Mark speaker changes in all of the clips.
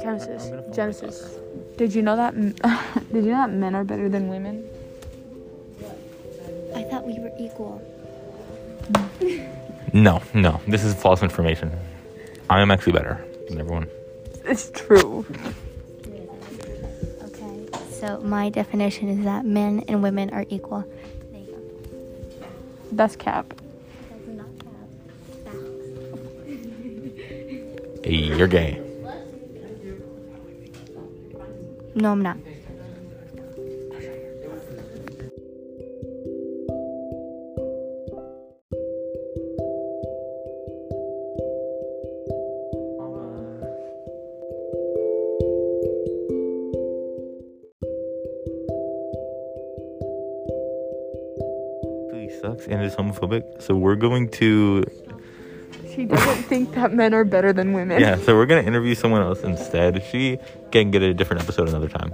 Speaker 1: Genesis.
Speaker 2: gonna follow
Speaker 1: Genesis. Did you know that? m- Did you know that men are better than women?
Speaker 3: I thought we were equal.
Speaker 2: No, no. This is false information. I am actually better than everyone.
Speaker 1: It's true.
Speaker 3: Okay. So my definition is that men and women are equal. There you go.
Speaker 1: That's cap.
Speaker 3: That's not
Speaker 2: Hey, you're gay.
Speaker 3: No, I'm not.
Speaker 2: Really sucks and is homophobic. So we're going to
Speaker 1: She doesn't think that men are better than women.
Speaker 2: yeah. So we're gonna interview someone else instead. She can get a different episode another time.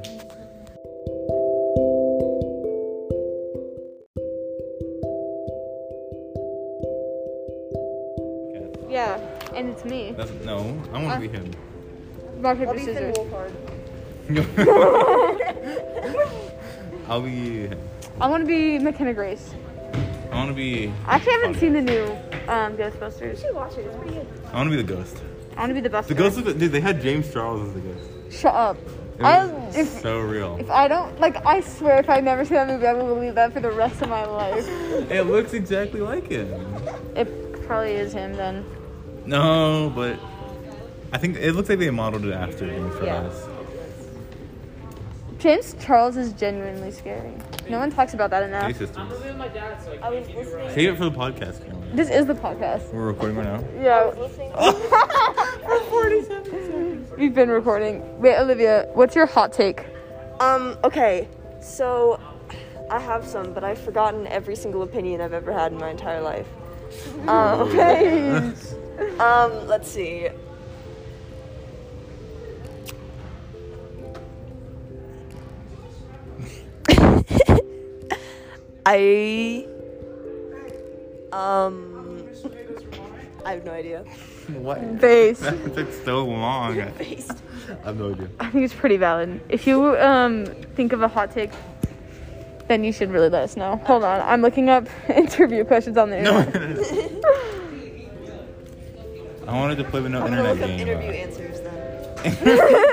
Speaker 1: Yeah, and it's me.
Speaker 2: no, I want to be him.
Speaker 1: Rock paper scissors.
Speaker 2: I'll be him.
Speaker 1: I want to be McKenna Grace.
Speaker 2: I want to be.
Speaker 1: I actually haven't seen the new um, Ghostbusters.
Speaker 2: I want to be the ghost.
Speaker 1: I want to be the Buster.
Speaker 2: The ghost of dude. They had James Charles as the ghost.
Speaker 1: Shut up.
Speaker 2: It
Speaker 1: I
Speaker 2: was
Speaker 1: if
Speaker 2: so real.
Speaker 1: if I don't like I swear if I never see that movie I will believe that for the rest of my life.
Speaker 2: It looks exactly like him.
Speaker 1: It probably is him then.
Speaker 2: No, but I think it looks like they modeled it after James
Speaker 1: Yeah.
Speaker 2: Charles.
Speaker 1: James Charles is genuinely scary. No one talks about that
Speaker 2: Hey,
Speaker 1: enough.
Speaker 2: sisters.
Speaker 1: I was listening.
Speaker 2: Save it for the podcast, Cameron.
Speaker 1: This is the podcast.
Speaker 2: We're recording right now.
Speaker 1: Yeah. for 47 seconds. We've been recording. Wait, Olivia, what's your hot take?
Speaker 4: Um, okay, so I have some, but I've forgotten every single opinion I've ever had in my entire life. Um, um, let's see. I um I have no idea.
Speaker 2: What?
Speaker 1: Face.
Speaker 2: That took so long. I have no idea.
Speaker 1: I think it's pretty valid. If you um think of a hot take, then you should really let us know. Hold on, I'm looking up interview questions on the
Speaker 2: No.
Speaker 1: internet.
Speaker 2: I wanted to play with no
Speaker 4: I'm gonna
Speaker 2: internet
Speaker 4: look up
Speaker 2: game.
Speaker 4: interview answers then.
Speaker 2: Yeah,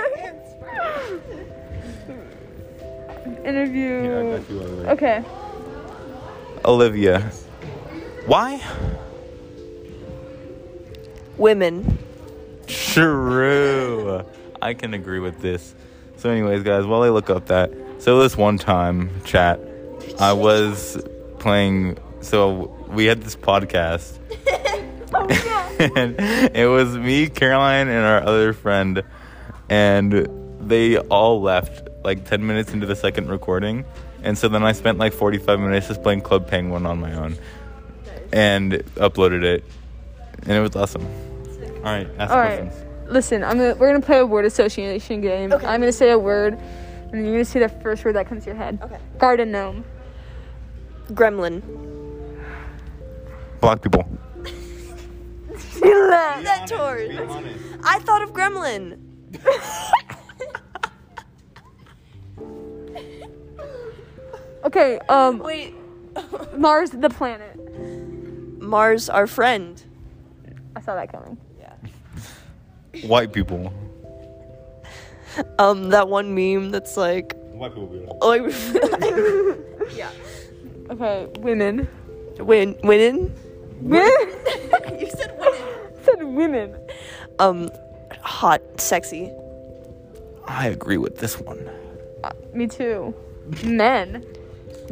Speaker 2: I
Speaker 1: Interview.
Speaker 2: got you, Olivia.
Speaker 1: Okay.
Speaker 2: Olivia. Why?
Speaker 4: Women.
Speaker 2: True. I can agree with this. So, anyways, guys, while I look up that, so this one time chat, I was playing. So we had this podcast, and it was me, Caroline, and our other friend, and they all left like ten minutes into the second recording, and so then I spent like forty-five minutes just playing Club Penguin on my own, and uploaded it, and it was awesome. All right, ask
Speaker 1: All right.
Speaker 2: questions.
Speaker 1: Listen, I'm gonna, we're gonna play a word association game.
Speaker 4: Okay.
Speaker 1: I'm gonna say a word, and you're gonna say the first word that comes to your head.
Speaker 4: Okay.
Speaker 1: Garden gnome.
Speaker 4: Gremlin.
Speaker 2: Black people.
Speaker 4: Centaurs. I thought of Gremlin.
Speaker 1: Okay. Um,
Speaker 4: Wait,
Speaker 1: Mars the planet.
Speaker 4: Mars, our friend.
Speaker 1: I saw that coming.
Speaker 2: White people.
Speaker 4: Um, that one meme that's like, oh,
Speaker 2: White people.
Speaker 4: like,
Speaker 1: Okay, women.
Speaker 4: win, winning.
Speaker 1: Women.
Speaker 4: you said winning.
Speaker 1: said women.
Speaker 4: Um, hot, sexy.
Speaker 2: I agree with this one.
Speaker 1: Uh, me too. Men.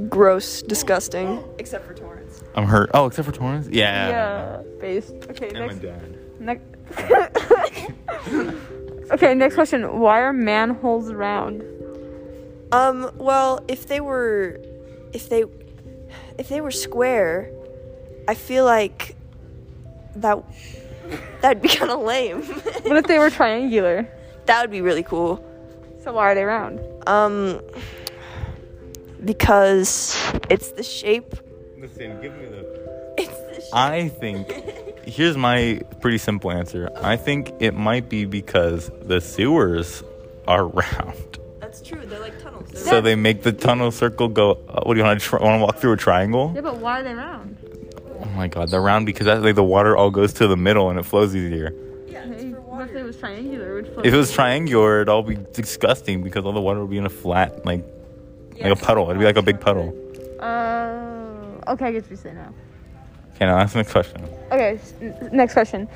Speaker 4: Gross, disgusting. Except for Torrance.
Speaker 2: I'm hurt. Oh, except for Torrance? Yeah.
Speaker 1: Yeah. Based. Okay. next.
Speaker 2: dad.
Speaker 1: Next. okay, next question. Why are manholes round?
Speaker 4: Um, well, if they were, if they, if they were square, I feel like that, that'd be kind of lame.
Speaker 1: What if they were triangular?
Speaker 4: that would be really cool.
Speaker 1: So why are they round?
Speaker 4: Um, because it's the shape.
Speaker 2: Listen, give me the.
Speaker 4: It's the shape.
Speaker 2: I think here's my pretty simple answer. I think it might be because the sewers are round.
Speaker 4: That's true. They're like tunnels. They're
Speaker 2: So they make the tunnel circle go. uh, What do you want to tr- want to walk through a triangle?
Speaker 1: Yeah, but why are they round?
Speaker 2: Oh my god, they're round because that way the water all goes to the middle and it flows easier.
Speaker 4: yeah,
Speaker 1: Hey, What if it was triangular? It would float.
Speaker 2: If it was triangular, it'd all be disgusting because all the water would be in a flat like like a puddle. It'd be like a big puddle.
Speaker 1: Oh. okay, I guess we say no.
Speaker 2: Okay, now that's the next question.
Speaker 1: Okay, s- n- next question.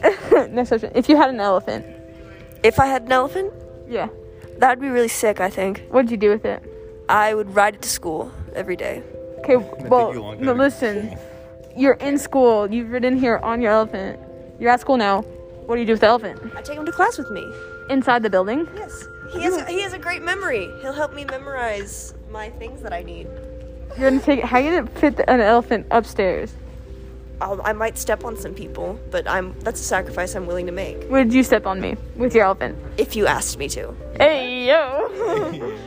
Speaker 1: next question. If you had an elephant,
Speaker 4: If I had an elephant,
Speaker 1: yeah,
Speaker 4: that'd be really sick. I think
Speaker 1: what'd you do with it?
Speaker 4: I would ride it to school every day.
Speaker 1: Okay, well,
Speaker 2: you a long
Speaker 1: no,
Speaker 2: time to-
Speaker 1: listen. You're in school. You've ridden here on your elephant. You're at school now. What do you do with the elephant?
Speaker 4: I take him to class with me.
Speaker 1: Inside the building?
Speaker 4: Yes, he has. A, he has a great memory. He'll help me memorize my things that I need.
Speaker 1: You're gonna take. How are you gonna fit the, an elephant upstairs?
Speaker 4: I'll, I might step on some people, but I'm. That's a sacrifice I'm willing to make.
Speaker 1: Would you step on me with your elephant?
Speaker 4: If you asked me to.
Speaker 1: Hey yo.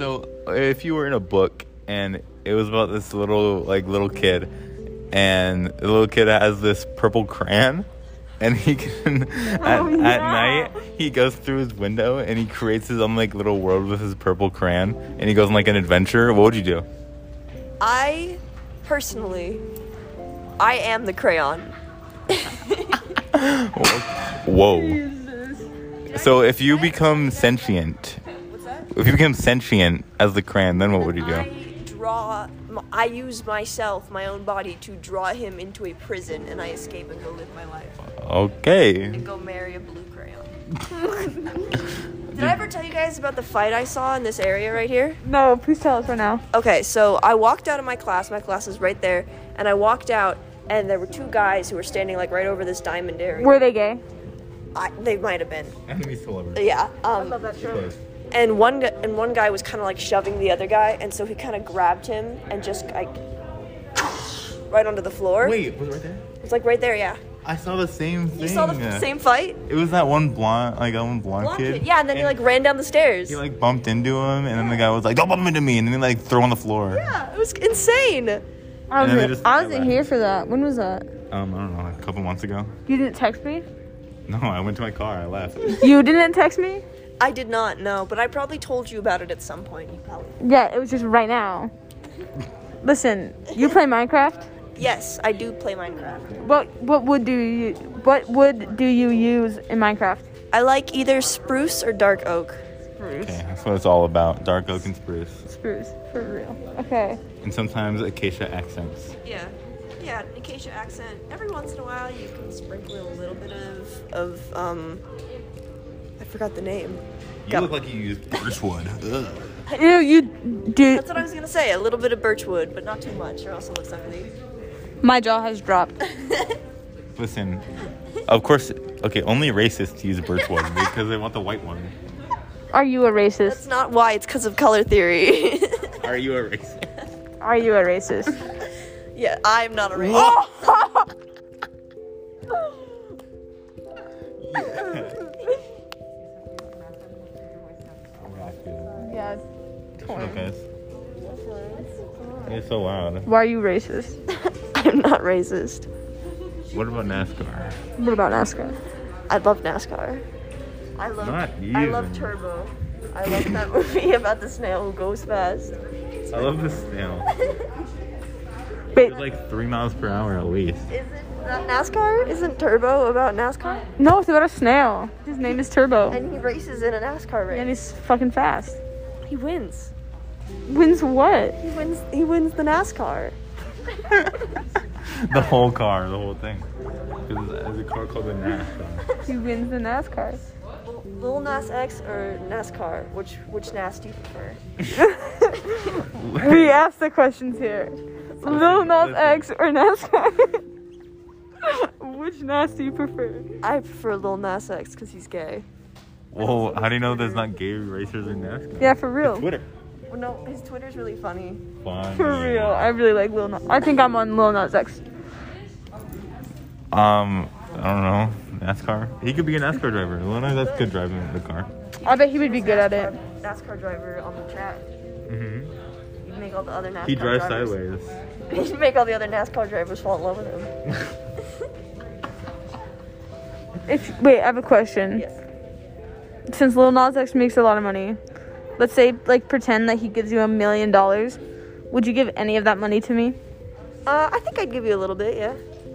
Speaker 2: So, if you were in a book and it was about this little like little kid, and the little kid has this purple crayon, and he can at,
Speaker 1: Oh,
Speaker 2: at
Speaker 1: yeah.
Speaker 2: night he goes through his window and he creates his own like little world with his purple crayon, and he goes on like an adventure. What would you do?
Speaker 4: I, personally, I am the crayon.
Speaker 2: Whoa! So, if you become sentient,
Speaker 4: What's that?
Speaker 2: if you become sentient as the crayon, then what would you do?
Speaker 4: I draw. m- I use myself, my own body, to draw him into a prison, and I escape and go live my life
Speaker 2: Okay.
Speaker 4: and go marry a blue crayon. Did I ever tell you guys about the fight I saw in this area right here?
Speaker 1: no, please tell us right now.
Speaker 4: Okay, so I walked out of my class. My class is right there, and I walked out, and there were two guys who were standing like right over this diamond area.
Speaker 1: Were they gay?
Speaker 4: I, they might have been.
Speaker 2: Enemies to lovers.
Speaker 4: Yeah. Um,
Speaker 1: that show.
Speaker 4: and one gu- and one guy was kind of like shoving the other guy, and so he kind of grabbed him and just like right onto the floor.
Speaker 2: Wait, was it right there?
Speaker 4: It's like right there, yeah.
Speaker 2: I saw the same thing.
Speaker 4: You saw the f- same fight?
Speaker 2: It was that one blonde, like that one blonde,
Speaker 4: Blocked
Speaker 2: kid.
Speaker 4: it. Yeah, and then he like ran down the stairs.
Speaker 2: he like bumped into him, and then the guy was like, "Don't bump into me!" And then he like threw on the floor.
Speaker 4: yeah, it was insane.
Speaker 1: I
Speaker 2: And then they
Speaker 1: wasn't,
Speaker 2: just-
Speaker 1: I wasn't here for that. When was that?
Speaker 2: Um, I don't know, like a couple months ago.
Speaker 1: You didn't text me.
Speaker 2: No, I went to my car. I left.
Speaker 1: You didn't text me.
Speaker 4: I did not know, but I probably told you about it at some point. You probably.
Speaker 1: Yeah, it was just right now. Listen, you play Minecraft.
Speaker 4: Yes, I do play Minecraft.
Speaker 1: What what would do you what would do you use in Minecraft?
Speaker 4: I like either spruce or dark oak.
Speaker 1: Spruce.
Speaker 2: okay, that's what it's all about: dark oak and spruce,
Speaker 1: Spruce for real. Okay.
Speaker 2: and sometimes acacia accents.
Speaker 4: Yeah. Yeah, an acacia accent. Every once in a while, you can sprinkle in a little bit of of um. I forgot the name.
Speaker 2: You
Speaker 4: Got-
Speaker 2: look like you used birchwood. Ugh.
Speaker 1: You you do.
Speaker 4: That's what I was gonna say. A little bit of birchwood, but not too much, or else it looks ugly.
Speaker 1: My jaw has dropped.
Speaker 2: Listen, of course, okay, only racists use birchwood because they want the white one.
Speaker 1: Are you a racist?
Speaker 4: That's not why. It's because of color theory.
Speaker 2: Are you a racist?
Speaker 1: Are you a racist?
Speaker 4: yeah, I'm not a racist.
Speaker 1: yes.
Speaker 2: Okay. It's so loud.
Speaker 1: Why are you racist?
Speaker 4: I'm not racist.
Speaker 2: What about NASCAR?
Speaker 1: What about NASCAR?
Speaker 4: I love NASCAR. I love.
Speaker 2: Not
Speaker 4: I love
Speaker 2: even.
Speaker 4: Turbo. I love that movie about the snail who goes fast.
Speaker 2: I love this snail.
Speaker 1: Wait,
Speaker 2: It's like three miles per hour at least.
Speaker 4: Isn't that NASCAR? Isn't Turbo about NASCAR?
Speaker 1: no, it's about a snail. His name is Turbo,
Speaker 4: And he races in a NASCAR race.
Speaker 1: and he's fucking fast.
Speaker 4: he wins.
Speaker 1: Wins what?
Speaker 4: He wins. He wins the NASCAR.
Speaker 2: The whole car, the whole thing. 'Cause There's a car called the NASCAR.
Speaker 1: He wins the NASCAR.
Speaker 4: Lil Nas X or NASCAR? Which which NAS do you prefer?
Speaker 1: We asked the questions here. Lil Nas
Speaker 2: listen.
Speaker 1: X or NASCAR? Which NAS do you prefer?
Speaker 4: I prefer Lil Nas X because he's gay.
Speaker 2: Whoa, how do you know there's not gay racers in NASCAR?
Speaker 1: Yeah, for real.
Speaker 2: Twitter.
Speaker 4: Well, no, his Twitter's really funny.
Speaker 2: Fun.
Speaker 1: For real. I really like Lil Nas. I think I'm on Lil Nas X.
Speaker 2: Um, I don't know. NASCAR. He could be a NASCAR driver. Lil Nas that's good driving the car.
Speaker 1: I bet he would be good at it.
Speaker 4: NASCAR driver on the track.
Speaker 2: Mm-hmm.
Speaker 4: You'd make all the other NASCAR
Speaker 2: He drives
Speaker 4: drivers.
Speaker 2: sideways.
Speaker 4: You'd make all the other NASCAR drivers fall in love with him.
Speaker 1: If wait, I have a
Speaker 4: Mm.
Speaker 1: question.
Speaker 5: Yes.
Speaker 1: Since Lil Nas X makes a lot of money, let's say like pretend that he gives you a million dollars, would you give any of that money to me?
Speaker 5: Uh, I think I'd give you a little bit, yeah.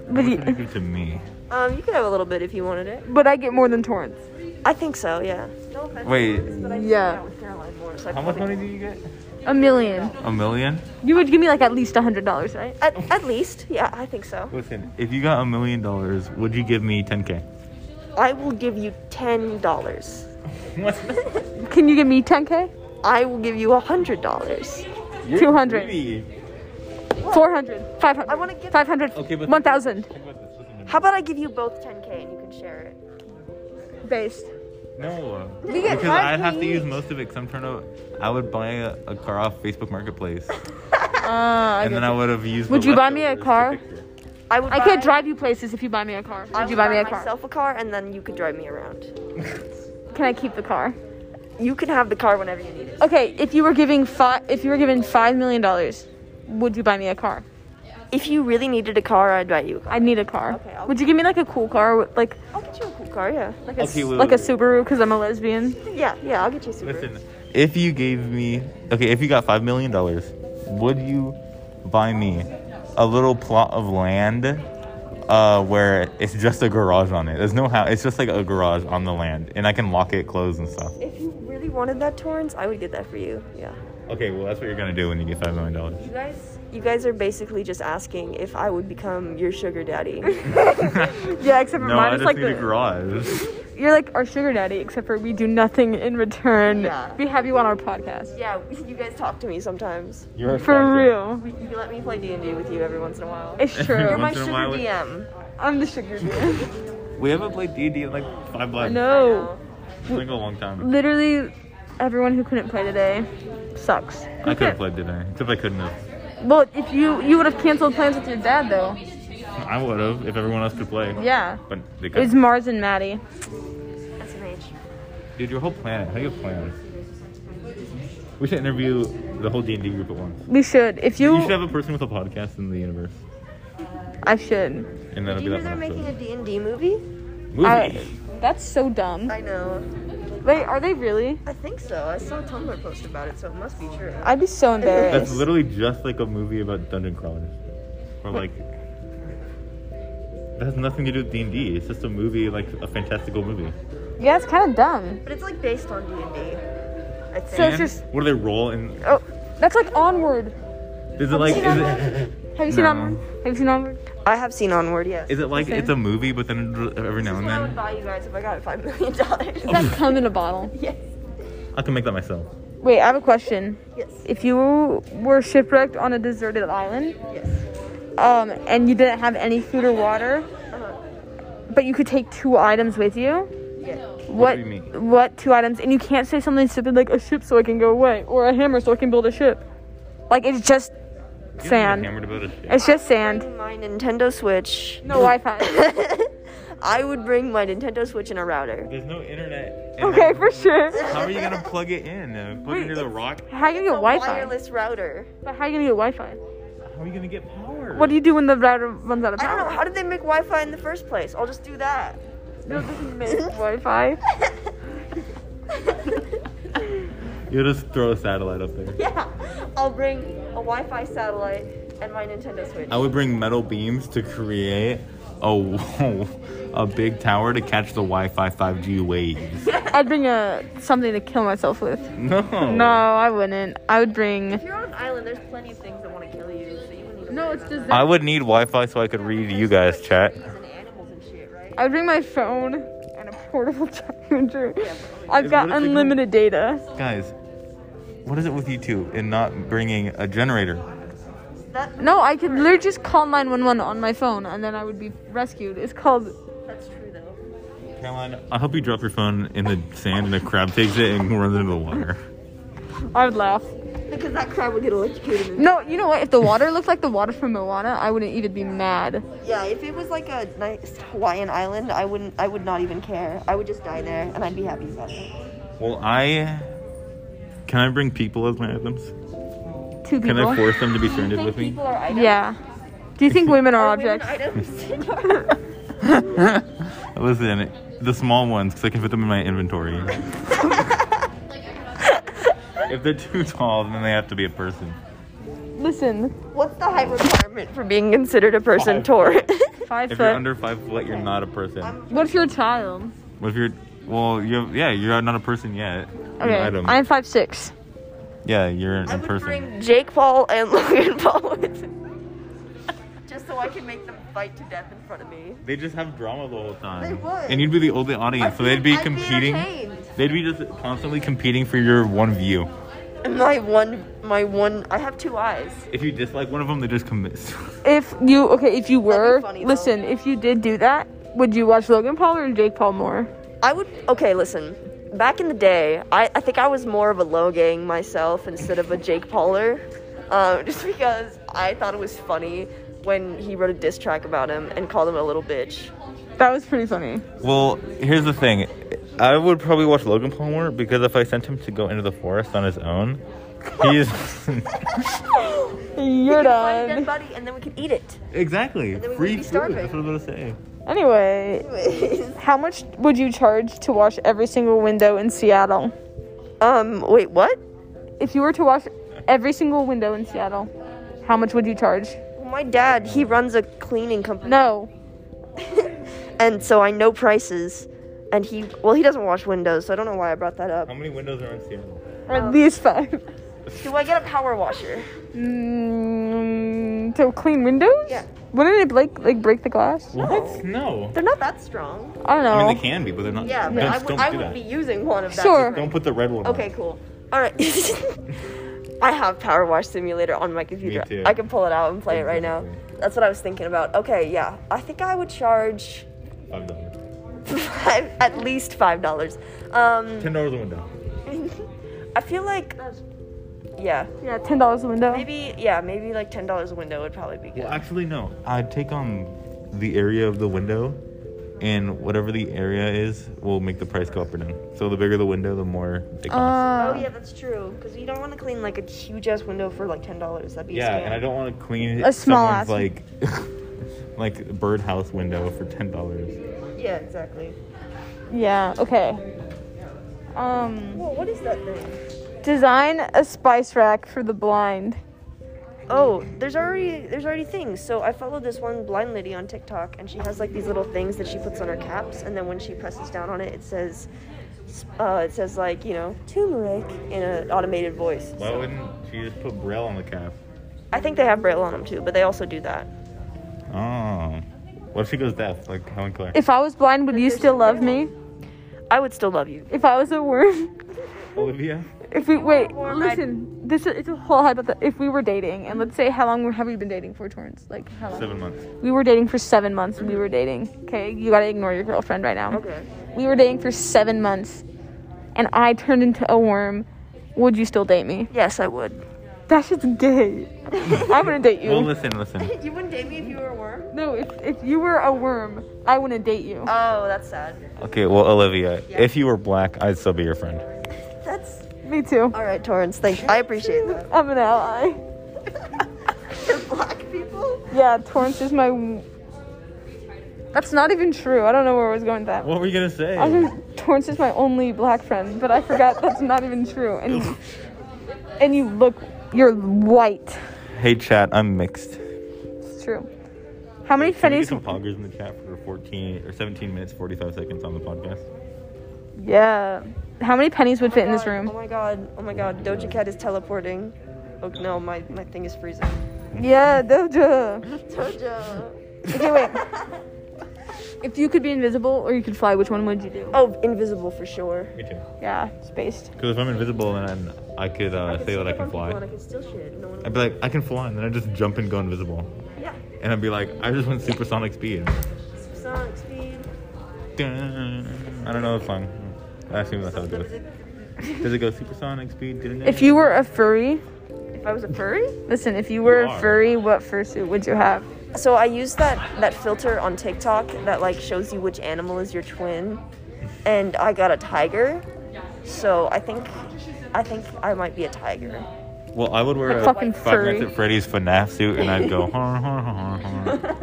Speaker 1: Would you?
Speaker 2: Give it to me.
Speaker 5: Um, you could have a little bit if you wanted it.
Speaker 1: But I get more than Torrance.
Speaker 4: I think so, yeah.
Speaker 5: No offense.
Speaker 2: Wait,
Speaker 1: Yeah,
Speaker 5: With Caroline Morris, I
Speaker 2: how much money do you get?
Speaker 1: a million.
Speaker 2: A million?
Speaker 1: You would give me like at least a hundred dollars, right?
Speaker 4: At, at least, yeah, I think so.
Speaker 2: Listen, if you got a million dollars, would you give me 10k?
Speaker 4: I will give you ten dollars.
Speaker 2: What?
Speaker 1: Can you give me 10k?
Speaker 4: I will give you a hundred dollars.
Speaker 1: 200. Four hundred, five hundred, I
Speaker 4: wanna get-
Speaker 1: 500,
Speaker 2: Okay, but-
Speaker 1: 1,000.
Speaker 4: How about I give you both ten k and you can share it?
Speaker 1: Based.
Speaker 2: No,
Speaker 1: We get
Speaker 2: because
Speaker 1: five
Speaker 2: I'd have to
Speaker 1: each.
Speaker 2: use most of it. Cause I'm trying to. I would buy a, a car off Facebook Marketplace,
Speaker 1: Uh,
Speaker 2: and then Ah, I would have used.
Speaker 1: Would
Speaker 2: the
Speaker 1: you buy me a
Speaker 2: leftovers to fix it.
Speaker 4: I would.
Speaker 1: I could
Speaker 4: buy-
Speaker 1: drive you places if you buy me a car.
Speaker 4: I
Speaker 1: Would you
Speaker 4: would
Speaker 1: buy me a car?
Speaker 4: Myself a car, and then you could drive me around.
Speaker 1: Can I keep the car?
Speaker 4: You can have the car whenever you need it.
Speaker 1: Okay, if you were giving five, if you were given five million dollars, would you buy me a car?
Speaker 4: If you really needed a car, I'd buy you a car.
Speaker 1: I need a car.
Speaker 4: Okay, I'll-
Speaker 1: would you give me like a cool car, with- like
Speaker 4: I'll get you a cool car, yeah.
Speaker 1: like a,
Speaker 2: Okay, wait,
Speaker 1: like
Speaker 2: wait,
Speaker 1: a
Speaker 2: wait.
Speaker 1: Subaru because I'm a lesbian?
Speaker 4: Yeah, yeah, I'll get you a Subaru.
Speaker 2: Listen, if you gave me, okay, if you got five million dollars, would you buy me a little plot of land, uh, where it's just a garage on it? There's no house. It's just like a garage on the land, and I can lock it closed and stuff.
Speaker 4: If you really wanted that, Torrance, I would get that for you. Yeah.
Speaker 2: Okay, well that's what you're gonna do when you get five million dollars.
Speaker 4: You guys, you guys are basically just asking if I would become your sugar daddy.
Speaker 1: Yeah, except for
Speaker 2: No, I
Speaker 1: mine is
Speaker 2: just
Speaker 1: like
Speaker 2: need a
Speaker 1: the,
Speaker 2: garage.
Speaker 1: you're like our sugar daddy, except for we do nothing in return.
Speaker 4: Yeah.
Speaker 1: We have you on our podcast
Speaker 4: yeah, you guys talk to me sometimes.
Speaker 2: You're a
Speaker 1: for
Speaker 2: sponsor.
Speaker 1: real.
Speaker 4: You can let me play D and D with you every once in a while.
Speaker 1: It's true.
Speaker 2: Once
Speaker 4: My
Speaker 2: in a
Speaker 4: sugar
Speaker 2: while, it-
Speaker 4: DM.
Speaker 1: I'm the sugar daddy.
Speaker 2: We haven't played D&D in like five months.
Speaker 4: Oh.
Speaker 1: No,
Speaker 2: It's been a long time.
Speaker 1: literally, everyone who couldn't play today sucks.
Speaker 2: I could have played today, except I couldn't have.
Speaker 1: Well, if you you would have canceled plans with your dad though.
Speaker 2: I would have if everyone else could play.
Speaker 1: Yeah.
Speaker 2: But they
Speaker 1: It was
Speaker 2: could.
Speaker 1: Mars and Maddie.
Speaker 4: That's an age.
Speaker 2: Dude, your whole planet. How do you have plans? We should interview the whole D&D group at once.
Speaker 1: We should. If
Speaker 2: You
Speaker 1: you,
Speaker 2: should have a person with a podcast in the universe.
Speaker 1: I should.
Speaker 2: And that'll
Speaker 4: You
Speaker 2: be that
Speaker 4: know they're
Speaker 2: one
Speaker 4: making a
Speaker 2: episode.
Speaker 4: D and D movie.
Speaker 2: Movie.
Speaker 1: I, that's so dumb.
Speaker 4: I know.
Speaker 1: Wait, are they really?
Speaker 4: I think so. I saw a Tumblr post about it, so it must be true.
Speaker 1: I'd be so
Speaker 2: That's
Speaker 1: embarrassed.
Speaker 2: literally just like a movie about dungeon crawlers. Or like... That has nothing to do with D&D. It's just a movie, like a fantastical movie.
Speaker 1: Yeah, it's kind of dumb.
Speaker 4: But it's like based on D and D. I think.
Speaker 1: So it's
Speaker 2: And
Speaker 1: just.
Speaker 2: What do they roll in?
Speaker 1: Oh, that's like Onward.
Speaker 2: Is it like... Is it,
Speaker 1: Have you seen
Speaker 2: No.
Speaker 1: Onward? Have you seen Onward?
Speaker 4: I have seen Onward, yes.
Speaker 2: Is it like it's a movie, but then every now and
Speaker 4: I would
Speaker 2: then
Speaker 4: buy you guys if I got five million dollars.
Speaker 1: Does that come in a bottle?
Speaker 2: I can make that myself.
Speaker 1: Wait, I have a question.
Speaker 4: Yes.
Speaker 1: If you were shipwrecked on a deserted island,
Speaker 4: Yes.
Speaker 1: um, and you didn't have any food or water, but you could take two items with you.
Speaker 2: What
Speaker 1: What
Speaker 2: do you mean?
Speaker 1: what two items? And you can't say something stupid like a ship so I can go away or a hammer so I can build a ship. Like it's just sand.
Speaker 2: Hammer to build a ship.
Speaker 1: It's just sand.
Speaker 4: Bring my Nintendo Switch.
Speaker 1: No Wi-Fi.
Speaker 4: I would bring my Nintendo Switch and a router.
Speaker 2: There's no internet. in
Speaker 1: okay,
Speaker 2: that.
Speaker 1: for sure.
Speaker 2: How are you gonna plug it in? Uh, plug
Speaker 1: Wait,
Speaker 2: it into the rock?
Speaker 1: How are you gonna get
Speaker 4: A
Speaker 1: Wi-Fi?
Speaker 4: wireless router.
Speaker 1: But how are you gonna get Wi-Fi?
Speaker 2: How are you gonna get power?
Speaker 1: What do you do when the router runs out of
Speaker 4: I don't know.
Speaker 1: power?
Speaker 4: How did they make Wi-Fi in the first place? I'll just do that.
Speaker 1: No, this is made with Wi-Fi.
Speaker 2: You just throw a satellite up there.
Speaker 4: Yeah. I'll bring a Wi-Fi satellite and my Nintendo Switch.
Speaker 2: I
Speaker 1: Oh.
Speaker 2: would bring metal beams to create a wall- a big tower to catch the Wi-Fi 5G waves.
Speaker 1: I'd bring a something to kill myself with.
Speaker 2: No.
Speaker 1: No, I wouldn't. I would bring.
Speaker 4: If you're on an island, there's plenty of things that want to kill you, so you wouldn't even
Speaker 1: No,
Speaker 4: worry
Speaker 1: it's
Speaker 4: about
Speaker 1: just.
Speaker 2: I would need Wi-Fi so I could read you guys chat.
Speaker 4: trees and animals and shit, right?
Speaker 1: I would bring my phone and a portable charger. I've
Speaker 2: Is-
Speaker 1: got
Speaker 2: what if they go-
Speaker 1: unlimited data.
Speaker 2: Guys, what is it with you two in not bringing a generator?
Speaker 4: That,
Speaker 1: No, I could literally just call 911 on my phone and then I would be rescued. It's called.
Speaker 4: that's true though.
Speaker 2: Caroline, I hope you drop your phone in the sand and a crab takes it and runs into the water.
Speaker 1: I would laugh.
Speaker 4: Because that crab would get electrocuted.
Speaker 1: No, you know what? If the water looked like the water from Moana, I wouldn't even be mad.
Speaker 4: Yeah, if it was like a nice Hawaiian island, I wouldn't. I would not even care. I would just die there, and I'd be happy about it.
Speaker 2: Well, I can I bring people as my items?
Speaker 1: Two
Speaker 2: Can I
Speaker 1: people.
Speaker 2: force them to be stranded with me?
Speaker 4: are items.
Speaker 1: yeah. Do you think women are objects?
Speaker 4: items.
Speaker 2: Listen, the small ones because I can fit them in my inventory. if they're too tall, then they have to be a person.
Speaker 1: Listen,
Speaker 4: What's the height requirement for being considered a person
Speaker 2: Five.
Speaker 4: tour?
Speaker 1: five
Speaker 2: If
Speaker 1: foot.
Speaker 2: you're under five foot, you're not a person.
Speaker 1: What's your child?
Speaker 2: What if you're? Well, you're yeah, you're not a person yet. You're an
Speaker 1: Okay,
Speaker 2: item.
Speaker 1: I'm five six.
Speaker 2: yeah, you're a person.
Speaker 4: Jake Paul and Logan Paul with Just so I can make them fight to death in front of me.
Speaker 2: They just have drama the whole time.
Speaker 4: They would.
Speaker 2: And you'd be the only audience, so they'd be competing. they'd be just constantly competing for your one view.
Speaker 4: my one, my one, I have two eyes.
Speaker 2: If you dislike one of them, they just commit.
Speaker 1: If you okay, if you were
Speaker 4: funny, though.
Speaker 1: listen, if you did do that, would you watch Logan Paul or Jake Paul more?
Speaker 4: I would, okay, listen. Back in the day, I, I think I was more of a Logang myself instead of a Jake Pauler. Um, just because I thought it was funny when he wrote a diss track about him and called him a little bitch.
Speaker 1: That was pretty funny.
Speaker 2: Well, here's the thing. I would probably watch Logan Paul more because if I sent him to go into the forest on his own, he's
Speaker 1: You're
Speaker 4: Find a dead
Speaker 1: done.
Speaker 4: body and then we can eat it.
Speaker 2: exactly
Speaker 4: then we Free wouldn't be food, starving. that's
Speaker 2: what I'm gonna say.
Speaker 1: Anyway, how much would you charge to wash every single window in Seattle?
Speaker 4: Um, wait, what?
Speaker 1: If you were to wash every single window in Seattle, how much would you charge?
Speaker 4: My dad, he runs a cleaning company.
Speaker 1: No.
Speaker 4: and so I know prices. And he, well, he doesn't wash windows, so I don't know why I brought that up.
Speaker 2: How many windows are in Seattle?
Speaker 4: Oh.
Speaker 1: At least five.
Speaker 4: Do I get a power washer?
Speaker 1: Mm, to clean windows?
Speaker 4: Yeah.
Speaker 1: Wouldn't it like like break the glass?
Speaker 2: What? No.
Speaker 4: They're not that strong.
Speaker 1: I don't know.
Speaker 2: I mean, they can be, but they're not.
Speaker 4: Yeah, but
Speaker 2: don't,
Speaker 4: I would,
Speaker 2: don't
Speaker 4: I
Speaker 2: do
Speaker 4: would
Speaker 2: that.
Speaker 4: be using one of that.
Speaker 1: Sure.
Speaker 2: Don't put the red one. on.
Speaker 4: Okay, cool. All right. I have Power Wash Simulator on my computer.
Speaker 2: too.
Speaker 4: I can pull it out and play it right now.
Speaker 2: Exactly.
Speaker 4: That's what I was thinking about. Okay, yeah. I think I would charge
Speaker 2: Five dollars.
Speaker 4: five, at least five dollars. Um,
Speaker 2: Ten dollars a window.
Speaker 4: I feel like, yeah,
Speaker 1: yeah, ten dollars a window.
Speaker 4: maybe, yeah, maybe like ten dollars a window would probably be good.
Speaker 2: Well, actually, no. I'd take on the area of the window, and whatever the area is, will make the price go up or down. So the bigger the window, the more it costs.
Speaker 4: Oh
Speaker 1: Uh,
Speaker 4: yeah, that's true. Because you don't want to clean like a huge ass window for like ten dollars. That'd be
Speaker 2: yeah,
Speaker 4: a scam.
Speaker 2: and I don't want to clean
Speaker 1: A small
Speaker 2: someone's
Speaker 1: ass-
Speaker 2: like like birdhouse window for ten dollars.
Speaker 4: Yeah, exactly.
Speaker 1: yeah. Okay. Um,
Speaker 4: Well, what is that thing?
Speaker 1: design a spice rack for the blind.
Speaker 4: Oh, there's already there's already things. So I followed this one blind lady on TikTok, and she has like these little things that she puts on her caps, and then when she presses down on it, it says, uh, it says like you know turmeric in an automated voice.
Speaker 2: Why wouldn't she just put braille on the cap?
Speaker 4: I think they have braille on them too, but they also do that.
Speaker 2: Oh, what if she goes deaf like Helen Clark?
Speaker 1: If I was blind, would you still love me?
Speaker 4: I would still love you.
Speaker 1: If I was a worm,
Speaker 2: Olivia?
Speaker 1: if we wait,
Speaker 4: worm, I'd-
Speaker 1: listen. This is it's a whole hypothetical. If we were dating, and let's say how long have we been dating for, Torrance? Like how long?
Speaker 2: Seven months.
Speaker 1: We were dating for seven months. We were dating. Okay, you gotta ignore your girlfriend right now.
Speaker 4: Okay.
Speaker 1: We were dating for seven months, and I turned into a worm. Would you still date me?
Speaker 4: Yes, I would.
Speaker 1: That shit's gay. I wouldn't date you.
Speaker 2: Well, listen, listen.
Speaker 4: You wouldn't date me if you were a worm.
Speaker 1: No, if, if you were a worm, I wouldn't date you.
Speaker 4: Oh, that's sad.
Speaker 2: Okay, well, Olivia, if you were black, I'd still be your friend.
Speaker 4: That's
Speaker 1: Me too.
Speaker 4: all right, Torrance. Thanks. I appreciate that.
Speaker 1: I'm an ally.
Speaker 4: black people? Oh
Speaker 1: Yeah, Torrance is my. That's not even true. I don't know where I was going with that.
Speaker 2: What were you gonna say?
Speaker 1: I was Torrance is my only black friend, but I forgot that's not even true. And and you look, you're white.
Speaker 2: Hey, chat, I'm mixed.
Speaker 1: It's true. How many
Speaker 2: Can we get
Speaker 1: pennies?
Speaker 2: some poggers in the chat for 14 or 17 minutes 45 seconds on the podcast?
Speaker 1: Yeah. How many pennies would fit in this
Speaker 4: Oh
Speaker 1: room?
Speaker 4: my god, oh my god, Doja Cat is teleporting. Oh no, my, my thing is freezing.
Speaker 1: Yeah, Doja.
Speaker 4: Doja.
Speaker 1: Okay, wait. If you could be invisible or you could fly, which one would you do?
Speaker 4: Oh, invisible for sure.
Speaker 2: Me too.
Speaker 1: Yeah, spaced.
Speaker 2: Because if I'm invisible, then I could uh, say that I can
Speaker 4: And I
Speaker 2: fly.
Speaker 4: can steal shit. No one
Speaker 2: I'd be like, I can fly, and then I just jump and go invisible.
Speaker 4: Yeah.
Speaker 2: And I'd be like, I just went supersonic speed.
Speaker 4: Sonic speed.
Speaker 2: Dun. I don't know the song. I assume that's how it goes. Does it go supersonic speed?
Speaker 1: If you were a furry,
Speaker 4: If I was a furry?
Speaker 1: listen, if you were
Speaker 2: You
Speaker 1: a
Speaker 2: are.
Speaker 1: furry, what fursuit would you have?
Speaker 4: So I use that that filter on TikTok that like shows you which animal is your twin. And I got a tiger. So I think I think I might be a tiger.
Speaker 2: Well, I would wear
Speaker 1: Like
Speaker 2: a
Speaker 1: fucking
Speaker 2: Five Nights
Speaker 1: furry.
Speaker 2: at Freddy's FNAF suit, and I'd go. "Har, har, har, har, har."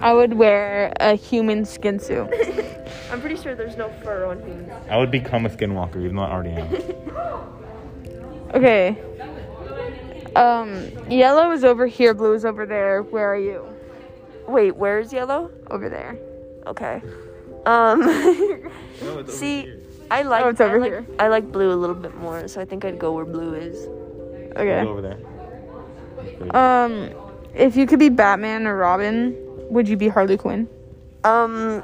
Speaker 1: I would wear a human skin suit.
Speaker 4: I'm pretty sure there's no fur on humans.
Speaker 2: I would become a skinwalker, even though I already am.
Speaker 1: Okay. Um, yellow is over here, blue is over there. Where are you?
Speaker 4: Wait, where is yellow?
Speaker 1: Over there.
Speaker 4: Okay. Um, see, I like
Speaker 1: Oh, it's over
Speaker 4: I like,
Speaker 1: here.
Speaker 4: I like blue a little bit more, so I think I'd go where blue is.
Speaker 1: Okay.
Speaker 2: Go over there.
Speaker 1: Um, if you could be Batman or Robin, would you be Harley Quinn?
Speaker 4: Um,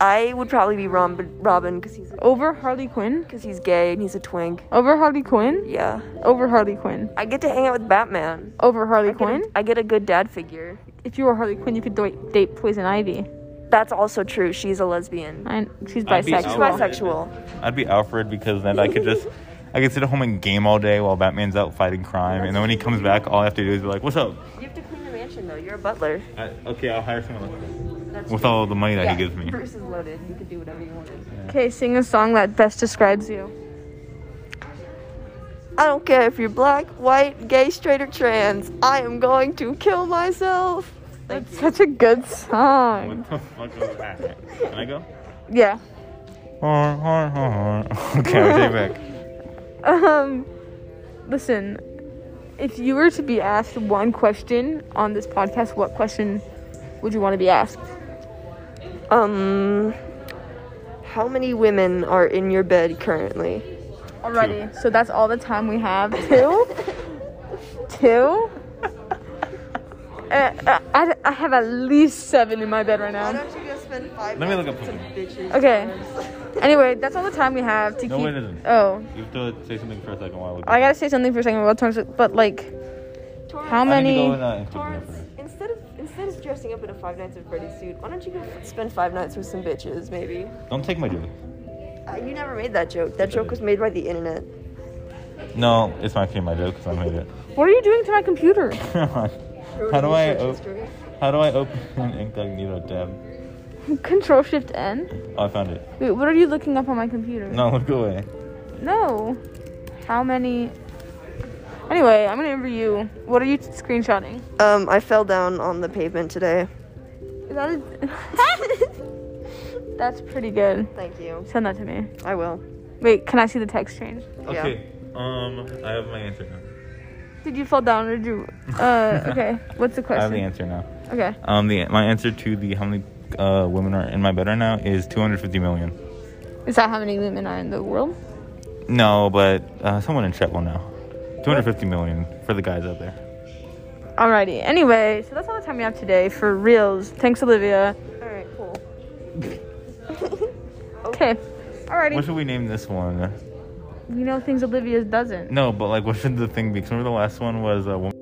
Speaker 4: I would probably be Rom- Robin because he's
Speaker 1: Over Harley Quinn?
Speaker 4: because he's gay and he's a twink.
Speaker 1: Over Harley Quinn?
Speaker 4: Yeah,
Speaker 1: Over Harley Quinn.
Speaker 4: I get to hang out with Batman.
Speaker 1: Over Harley
Speaker 4: I
Speaker 1: Quinn?
Speaker 4: get a- I get a good dad figure.
Speaker 1: If you were Harley Quinn, you could do- date Poison Ivy.
Speaker 4: That's also true. She's a lesbian.
Speaker 1: I, she's
Speaker 2: I'd be
Speaker 4: She's
Speaker 2: Oh.
Speaker 1: bisexual.
Speaker 2: Alfred.
Speaker 4: bisexual.
Speaker 2: I'd be Alfred because then I could just I could sit at home and game all day while Batman's out fighting crime, and then when he comes back, all I have to do is be like, "What's up?"
Speaker 4: You have to clean the mansion though. You're a butler.
Speaker 2: I, okay, I'll hire someone else with all the money that he gives me.
Speaker 4: Bruce is loaded. You can do whatever you want.
Speaker 1: Okay, sing a song that best describes you.
Speaker 6: I don't care if you're black, white, gay, straight, or trans. I am going to kill myself.
Speaker 1: That's such a good song.
Speaker 2: What the fuck was that? Can I go?
Speaker 1: Yeah.
Speaker 2: Har, har, har, har. Okay, I'll take it back.
Speaker 1: Um, listen, if you were to be asked one question on this podcast, what question would you want to be asked?
Speaker 6: Um,
Speaker 4: How many women are in your bed currently?
Speaker 1: Alrighty, so that's all the time we have. Two? Two? Uh, uh, I, I have at least seven in my bed right now.
Speaker 6: don't you just spend five
Speaker 2: Let me look up something.
Speaker 1: Okay. Anyway, that's all the time we have to
Speaker 2: No,
Speaker 1: keep.
Speaker 2: it isn't.
Speaker 1: Oh,
Speaker 2: You have to say something for a second while I look.
Speaker 1: I gotta say something for a second about terms, but like, how
Speaker 2: I need to
Speaker 1: many?
Speaker 2: go in, uh, Instagram first.
Speaker 4: Instead of instead of dressing up in a Five Nights at Freddy's suit, why don't you go spend five nights with some bitches, maybe?
Speaker 2: Don't take my joke.
Speaker 4: Uh, you never made that joke. That joke was made by the internet.
Speaker 2: No, it's not actually my joke because I made it.
Speaker 1: What are you doing to my computer?
Speaker 2: how do I? oh. O- how do I open an incognito tab?
Speaker 1: Control Shift N.
Speaker 2: Oh, I found it.
Speaker 1: Wait, what are you looking up on my computer?
Speaker 2: No, look away.
Speaker 1: No. How many? Anyway, I'm gonna interview you. What are you t- screenshotting?
Speaker 4: Um, I fell down on the pavement today.
Speaker 1: That is. That's pretty good.
Speaker 4: Thank you.
Speaker 1: Send that to me.
Speaker 4: I will.
Speaker 1: Wait, can I see the text change?
Speaker 2: Okay. Um, I have my answer now.
Speaker 1: Did you fall down or did you? Uh, okay. What's the
Speaker 2: I have
Speaker 1: question?
Speaker 2: the answer now.
Speaker 1: Okay.
Speaker 2: Um, the my answer to the how many uh, women are in my bed right now is 250 million.
Speaker 1: Is that how many women are in the world?
Speaker 2: No, but uh, someone in chat will know. 250 million for the guys out there.
Speaker 1: Alrighty. Anyway, so that's all the time we have today for reels. Thanks, Olivia.
Speaker 4: All right, cool.
Speaker 1: Okay.
Speaker 2: What
Speaker 1: Alrighty.
Speaker 2: should we name this one?
Speaker 1: We know things Olivia doesn't.
Speaker 2: No, but like, what should the thing be? 'Cause remember the last one was uh, woman.